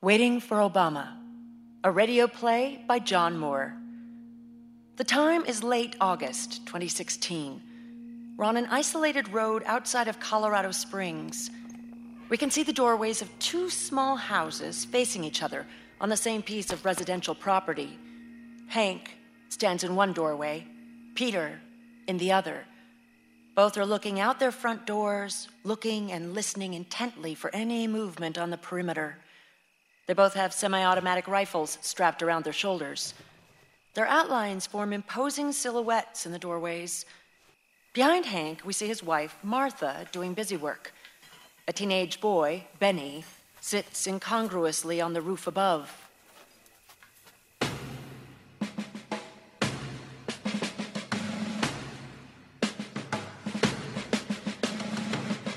Waiting for Obama, a radio play by John Moore. The time is late August 2016. We're on an isolated road outside of Colorado Springs. We can see the doorways of two small houses facing each other on the same piece of residential property. Hank stands in one doorway, Peter in the other. Both are looking out their front doors, looking and listening intently for any movement on the perimeter. They both have semi automatic rifles strapped around their shoulders. Their outlines form imposing silhouettes in the doorways. Behind Hank, we see his wife, Martha, doing busy work. A teenage boy, Benny, sits incongruously on the roof above.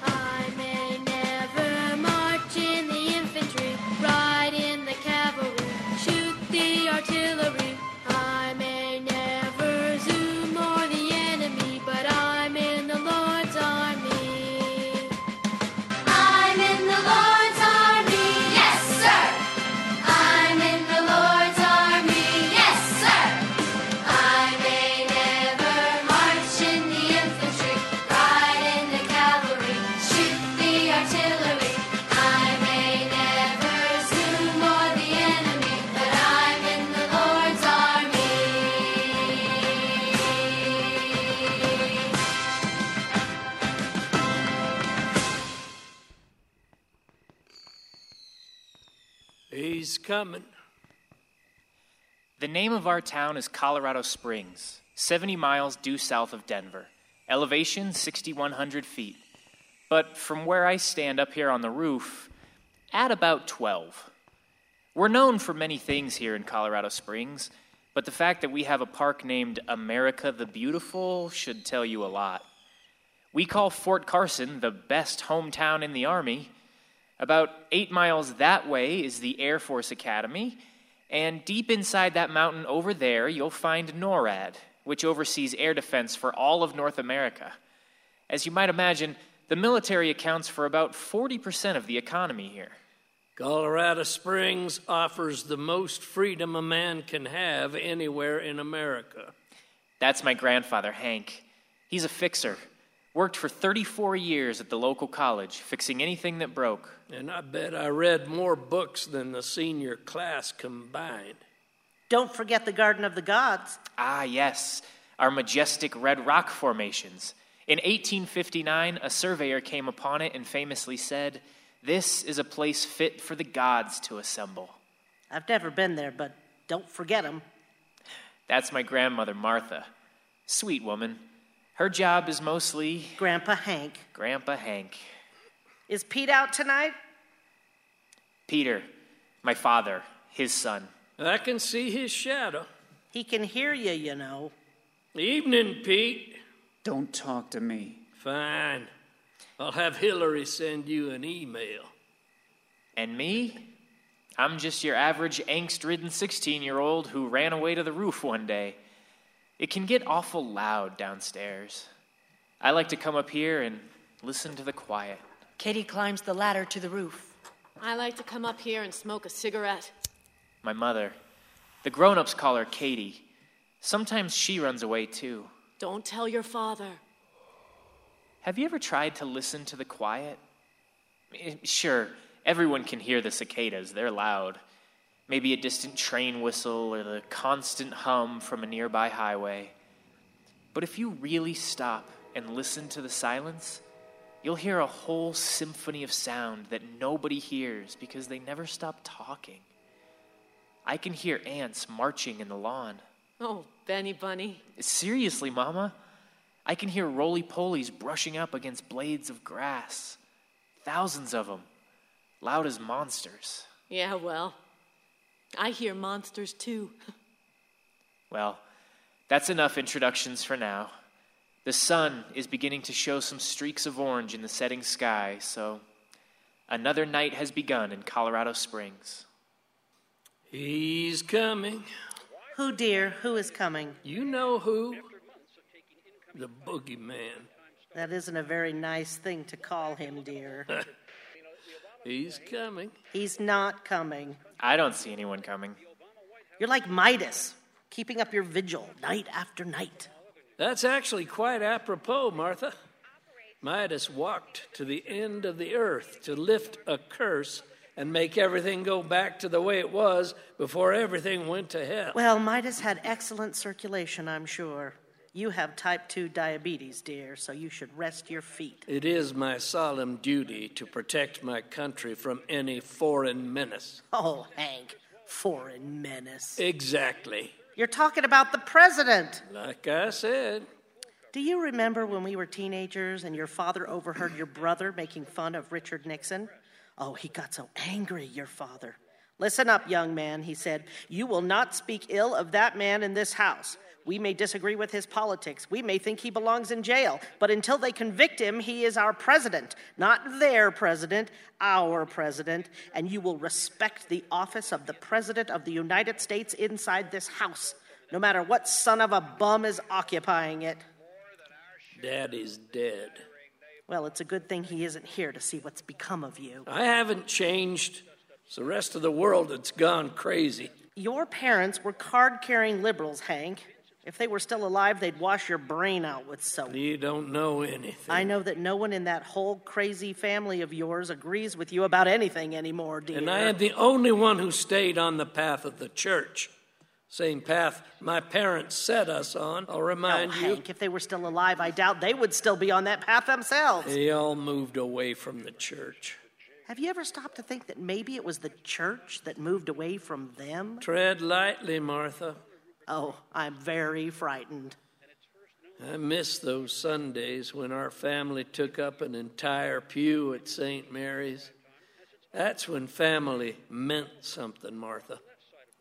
I may never march in the infantry, ride in the cavalry, shoot the artillery. I may never zoom or the enemy, but I'm in the Lord's army. I'm in the Lord's army, yes, sir. I'm in the Lord's army, yes, sir. I may never march in the infantry, ride in the cavalry, shoot the artillery. I may never zoom or the enemy, but I'm in the Lord's army. He's coming. The name of our town is Colorado Springs, 70 miles due south of Denver, elevation 6,100 feet. But from where I stand up here on the roof, at about 12. We're known for many things here in Colorado Springs, but the fact that we have a park named America the Beautiful should tell you a lot. We call Fort Carson the best hometown in the Army. About eight miles that way is the Air Force Academy, and deep inside that mountain over there, you'll find NORAD, which oversees air defense for all of North America. As you might imagine, the military accounts for about 40% of the economy here. Colorado Springs offers the most freedom a man can have anywhere in America. That's my grandfather, Hank. He's a fixer. Worked for 34 years at the local college, fixing anything that broke. And I bet I read more books than the senior class combined. Don't forget the Garden of the Gods. Ah, yes, our majestic red rock formations. In 1859, a surveyor came upon it and famously said, This is a place fit for the gods to assemble. I've never been there, but don't forget them. That's my grandmother, Martha. Sweet woman. Her job is mostly Grandpa Hank. Grandpa Hank. Is Pete out tonight? Peter, my father, his son. I can see his shadow. He can hear you, you know. Evening, Pete. Don't talk to me. Fine. I'll have Hillary send you an email. And me? I'm just your average angst ridden 16 year old who ran away to the roof one day. It can get awful loud downstairs. I like to come up here and listen to the quiet. Katie climbs the ladder to the roof. I like to come up here and smoke a cigarette. My mother. The grown ups call her Katie. Sometimes she runs away too. Don't tell your father. Have you ever tried to listen to the quiet? Eh, Sure, everyone can hear the cicadas, they're loud. Maybe a distant train whistle or the constant hum from a nearby highway. But if you really stop and listen to the silence, you'll hear a whole symphony of sound that nobody hears because they never stop talking. I can hear ants marching in the lawn. Oh, Benny Bunny. Seriously, Mama? I can hear roly polies brushing up against blades of grass. Thousands of them. Loud as monsters. Yeah, well, I hear monsters too. Well, that's enough introductions for now. The sun is beginning to show some streaks of orange in the setting sky, so another night has begun in Colorado Springs. He's coming. Who, dear? Who is coming? You know who? The boogeyman. That isn't a very nice thing to call him, dear. He's coming. He's not coming. I don't see anyone coming. You're like Midas, keeping up your vigil night after night. That's actually quite apropos, Martha. Midas walked to the end of the earth to lift a curse and make everything go back to the way it was before everything went to hell. Well, Midas had excellent circulation, I'm sure. You have type 2 diabetes, dear, so you should rest your feet. It is my solemn duty to protect my country from any foreign menace. Oh, Hank, foreign menace. Exactly. You're talking about the president. Like I said, Do you remember when we were teenagers and your father overheard your brother making fun of Richard Nixon? Oh, he got so angry, your father. Listen up, young man, he said. You will not speak ill of that man in this house. We may disagree with his politics. We may think he belongs in jail. But until they convict him, he is our president. Not their president, our president. And you will respect the office of the president of the United States inside this house, no matter what son of a bum is occupying it. Daddy's dead. Well, it's a good thing he isn't here to see what's become of you. I haven't changed. It's the rest of the world that's gone crazy. Your parents were card carrying liberals, Hank. If they were still alive, they'd wash your brain out with soap. You don't know anything. I know that no one in that whole crazy family of yours agrees with you about anything anymore, dear. And I am the only one who stayed on the path of the church. Same path my parents set us on. I'll oh, remind you, Hank, if they were still alive, I doubt they would still be on that path themselves. they all moved away from the church. Have you ever stopped to think that maybe it was the church that moved away from them? Tread lightly, Martha. Oh, I'm very frightened. I miss those Sundays when our family took up an entire pew at St. Mary's. That's when family meant something, Martha.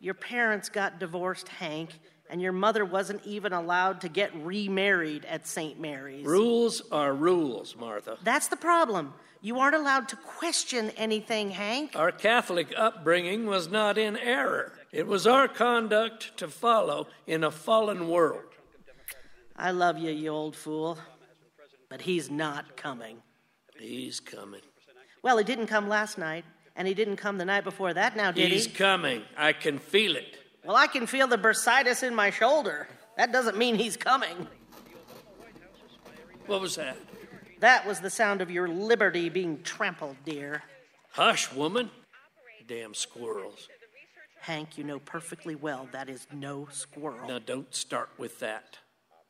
Your parents got divorced, Hank, and your mother wasn't even allowed to get remarried at St. Mary's. Rules are rules, Martha. That's the problem. You aren't allowed to question anything, Hank. Our Catholic upbringing was not in error. It was our conduct to follow in a fallen world. I love you, you old fool. But he's not coming. He's coming. Well, he didn't come last night, and he didn't come the night before that now, did He's he? coming. I can feel it. Well, I can feel the bursitis in my shoulder. That doesn't mean he's coming. What was that? That was the sound of your liberty being trampled, dear. Hush, woman. Damn squirrels. Hank, you know perfectly well that is no squirrel. Now, don't start with that.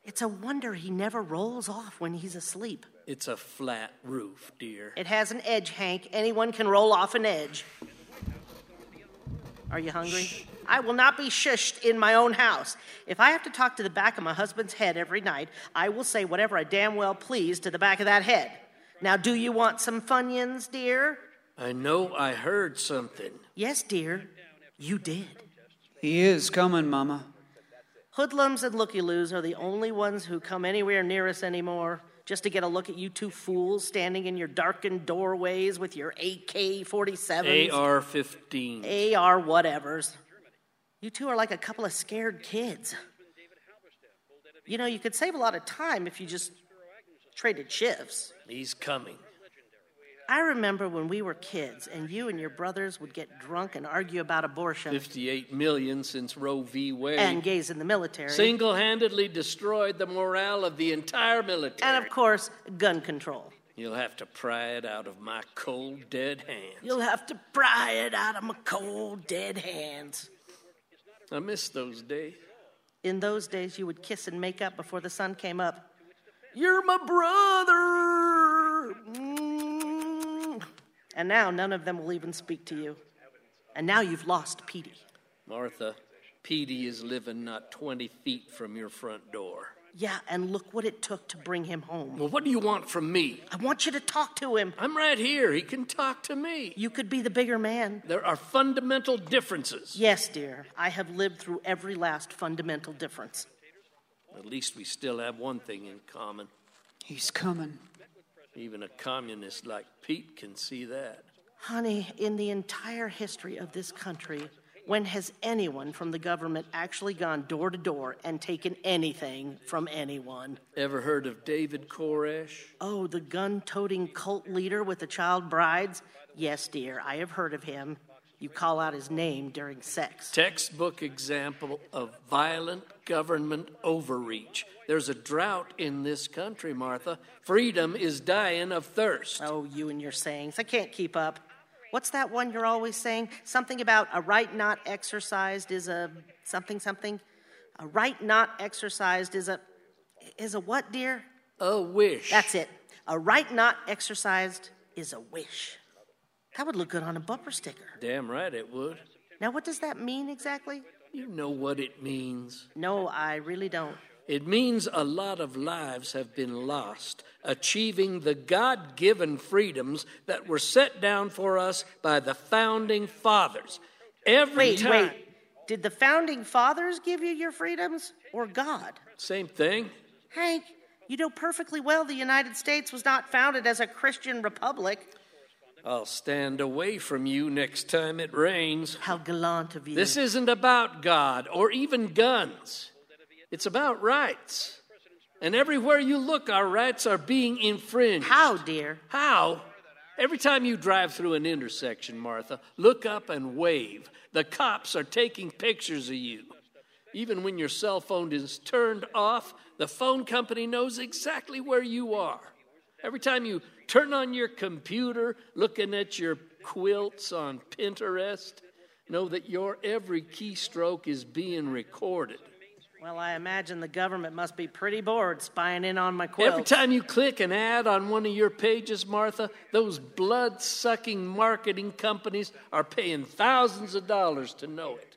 It's a wonder he never rolls off when he's asleep. It's a flat roof, dear. It has an edge, Hank. Anyone can roll off an edge. Are you hungry? I will not be shushed in my own house. If I have to talk to the back of my husband's head every night, I will say whatever I damn well please to the back of that head. Now, do you want some Funyuns, dear? I know I heard something. Yes, dear. You did. He is coming, Mama. Hoodlums and looky loos are the only ones who come anywhere near us anymore, just to get a look at you two fools standing in your darkened doorways with your AK 47s. AR 15. AR whatevers. You two are like a couple of scared kids. You know, you could save a lot of time if you just traded shifts. He's coming. I remember when we were kids and you and your brothers would get drunk and argue about abortion 58 million since Roe v. Wade. and gays in the military. Single handedly destroyed the morale of the entire military. And of course, gun control. You'll have to pry it out of my cold, dead hands. You'll have to pry it out of my cold, dead hands. I miss those days. In those days, you would kiss and make up before the sun came up. You're my brother! Mm. And now none of them will even speak to you. And now you've lost Petey. Martha, Petey is living not 20 feet from your front door. Yeah, and look what it took to bring him home. Well, what do you want from me? I want you to talk to him. I'm right here. He can talk to me. You could be the bigger man. There are fundamental differences. Yes, dear, I have lived through every last fundamental difference. At least we still have one thing in common. He's coming. Even a communist like Pete can see that. Honey, in the entire history of this country, when has anyone from the government actually gone door to door and taken anything from anyone? Ever heard of David Koresh? Oh, the gun toting cult leader with the child brides? Yes, dear, I have heard of him. You call out his name during sex. Textbook example of violent government overreach. There's a drought in this country, Martha. Freedom is dying of thirst. Oh, you and your sayings. I can't keep up. What's that one you're always saying? Something about a right not exercised is a something something. A right not exercised is a is a what, dear? A wish. That's it. A right not exercised is a wish. That would look good on a bumper sticker. Damn right it would. Now, what does that mean exactly? You know what it means. No, I really don't. It means a lot of lives have been lost, achieving the God given freedoms that were set down for us by the founding fathers. Every Wait, time. wait. Did the founding fathers give you your freedoms or God? Same thing. Hank, you know perfectly well the United States was not founded as a Christian republic. I'll stand away from you next time it rains. How gallant of you. This isn't about God or even guns. It's about rights. And everywhere you look, our rights are being infringed. How, dear? How? Every time you drive through an intersection, Martha, look up and wave. The cops are taking pictures of you. Even when your cell phone is turned off, the phone company knows exactly where you are. Every time you turn on your computer, looking at your quilts on Pinterest, know that your every keystroke is being recorded. Well, I imagine the government must be pretty bored spying in on my quilt. Every time you click an ad on one of your pages, Martha, those blood sucking marketing companies are paying thousands of dollars to know it.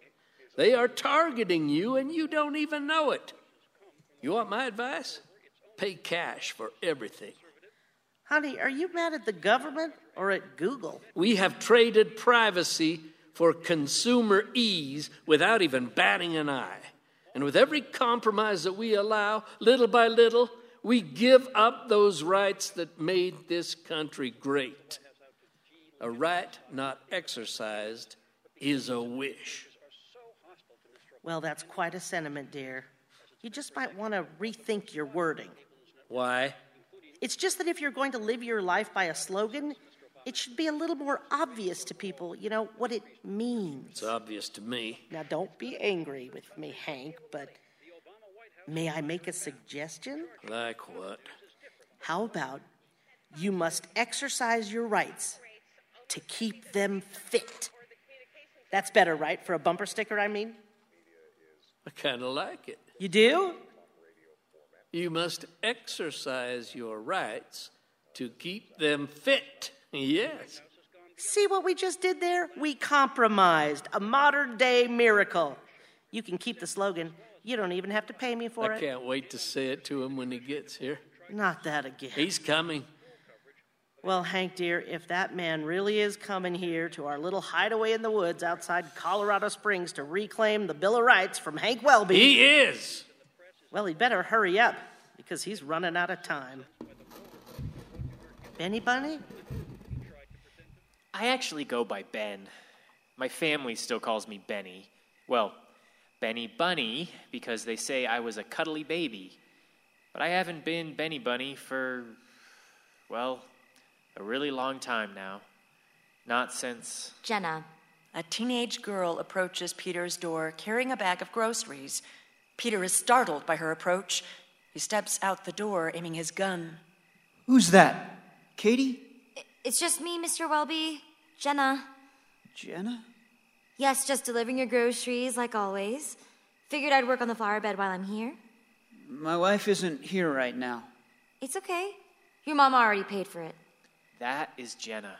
They are targeting you and you don't even know it. You want my advice? Pay cash for everything. Honey, are you mad at the government or at Google? We have traded privacy for consumer ease without even batting an eye. And with every compromise that we allow, little by little, we give up those rights that made this country great. A right not exercised is a wish. Well, that's quite a sentiment, dear. You just might want to rethink your wording. Why? It's just that if you're going to live your life by a slogan, it should be a little more obvious to people, you know, what it means. It's obvious to me. Now, don't be angry with me, Hank, but may I make a suggestion? Like what? How about you must exercise your rights to keep them fit? That's better, right? For a bumper sticker, I mean. I kind of like it. You do? You must exercise your rights to keep them fit. Yes. See what we just did there? We compromised. A modern day miracle. You can keep the slogan. You don't even have to pay me for I it. can't wait to say it to him when he gets here. Not that again. He's coming. Well, Hank, dear, if that man really is coming here to our little hideaway in the woods outside Colorado Springs to reclaim the Bill of Rights from Hank Welby, He is. well, he'd better hurry up because he's running out of time. Benny Bunny? I actually go by Ben. My family still calls me Benny. Well, Benny Bunny, because they say I was a cuddly baby. But I haven't been Benny Bunny for, well, a really long time now. Not since. Jenna, A teenage girl approaches Peter's door carrying a bag of groceries. Peter is startled by her approach. He steps out the door, aiming his gun. Who's that? Katie? i- it's just me, Mr. Welby. Jenna. Jenna? Yes, just delivering your groceries like always. Figured I'd work on the flower bed while I'm here. My wife isn't here right now. It's okay. Your mom already paid for it. That is Jenna,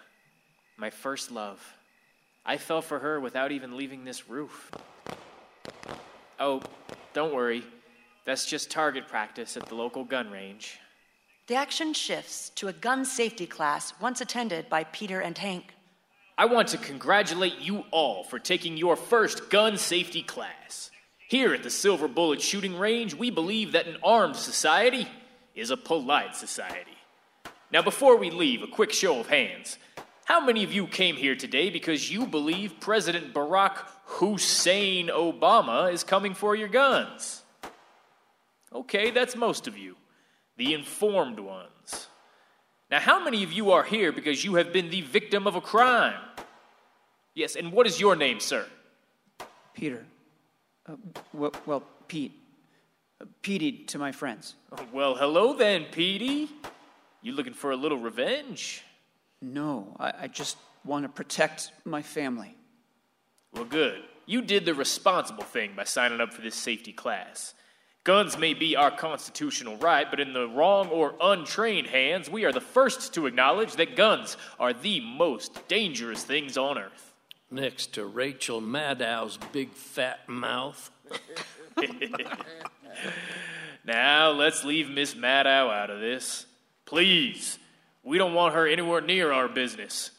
my first love. I fell for her without even leaving this roof. Oh, don't worry. That's just target practice at the local gun range. The action shifts to a gun safety class once attended by Peter and Hank. I want to congratulate you all for taking your first gun safety class. Here at the Silver Bullet Shooting Range, we believe that an armed society is a polite society. Now, before we leave, a quick show of hands. How many of you came here today because you believe President Barack Hussein Obama is coming for your guns? Okay, that's most of you. The informed ones. Now, how many of you are here because you have been the victim of a crime? Yes, and what is your name, sir? Peter. Uh, well, well, Pete. Uh, Petey to my friends. Well, hello then, Petey. You looking for a little revenge? No, I, I just want to protect my family. Well, good. You did the responsible thing by signing up for this safety class. Guns may be our constitutional right, but in the wrong or untrained hands, we are the first to acknowledge that guns are the most dangerous things on earth. Next to Rachel Maddow's big fat mouth. Now, let's leave Miss Maddow out of this. Please, we don't want her anywhere near our business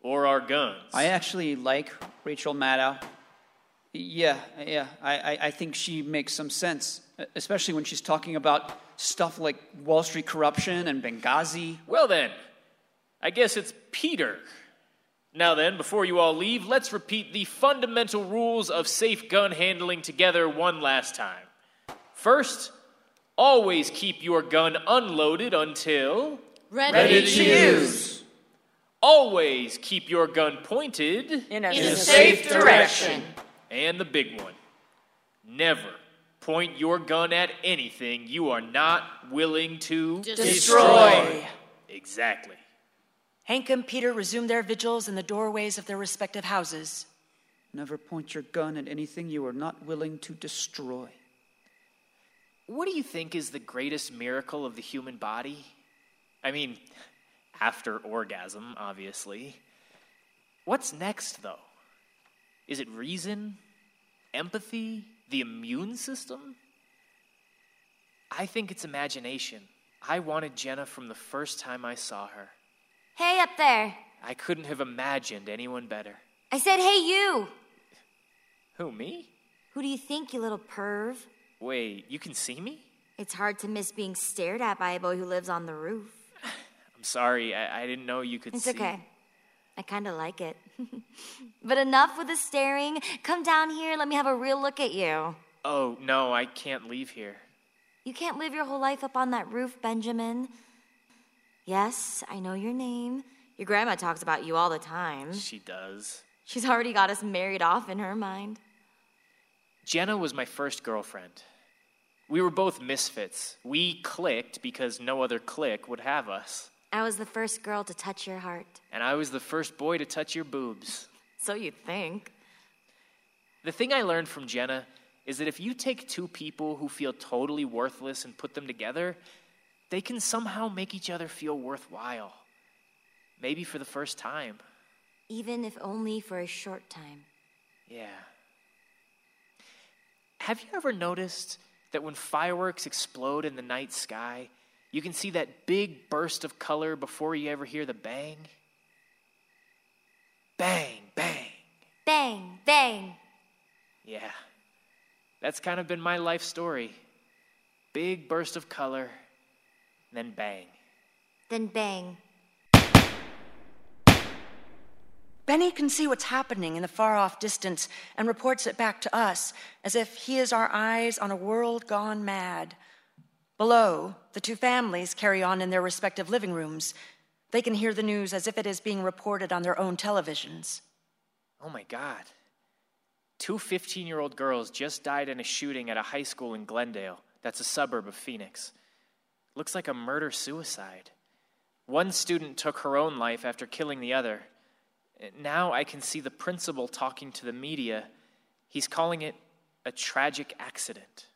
or our guns. I actually like Rachel Maddow. Yeah, yeah. I, I, I think she makes some sense, especially when she's talking about stuff like Wall Street corruption and Benghazi. Well, then, I guess it's Peter. Now, then, before you all leave, let's repeat the fundamental rules of safe gun handling together one last time. First, always keep your gun unloaded until. Ready, to use. Always keep your gun pointed. In a, In a safe, safe direction. And the big one never point your gun at anything you are not willing to. Destroy. exactly. Hank and Peter resumed their vigils in the doorways of their respective houses. Never point your gun at anything you are not willing to destroy. What do you think is the greatest miracle of the human body? I mean, after orgasm, obviously. What's next, though? Is it reason? Empathy? The immune system? I think it's imagination. I wanted Jenna from the first time I saw her. Hey, up there. I couldn't have imagined anyone better. I said, hey, you. Who, me? Who do you think, you little perv? Wait, you can see me? It's hard to miss being stared at by a boy who lives on the roof. I'm sorry, I, I didn't know you could It's see. okay. I kind of like it. but enough with the staring. Come down here. Let me have a real look at you. Oh, no, I can't leave here. You can't live your whole life up on that roof, Benjamin. Yes, I know your name. Your grandma talks about you all the time. She does. She's already got us married off in her mind. Jenna was my first girlfriend. We were both misfits. We clicked because no other click would have us. I was the first girl to touch your heart. And I was the first boy to touch your boobs. So you think. The thing I learned from Jenna is that if you take two people who feel totally worthless and put them together, they can somehow make each other feel worthwhile. Maybe for the first time. Even if only for a short time. Yeah. Have you ever noticed that when fireworks explode in the night sky, you can see that big burst of color before you ever hear the bang? Bang, bang. Bang, bang. Yeah. That's kind of been my life story. Big burst of color, then bang. Then bang. Benny can see what's happening in the far off distance and reports it back to us as if he is our eyes on a world gone mad. Below, the two families carry on in their respective living rooms. They can hear the news as if it is being reported on their own televisions. Oh my god. Two 15 year old girls just died in a shooting at a high school in Glendale. That's a suburb of Phoenix. Looks like a murder suicide. One student took her own life after killing the other. Now I can see the principal talking to the media. He's calling it a tragic accident.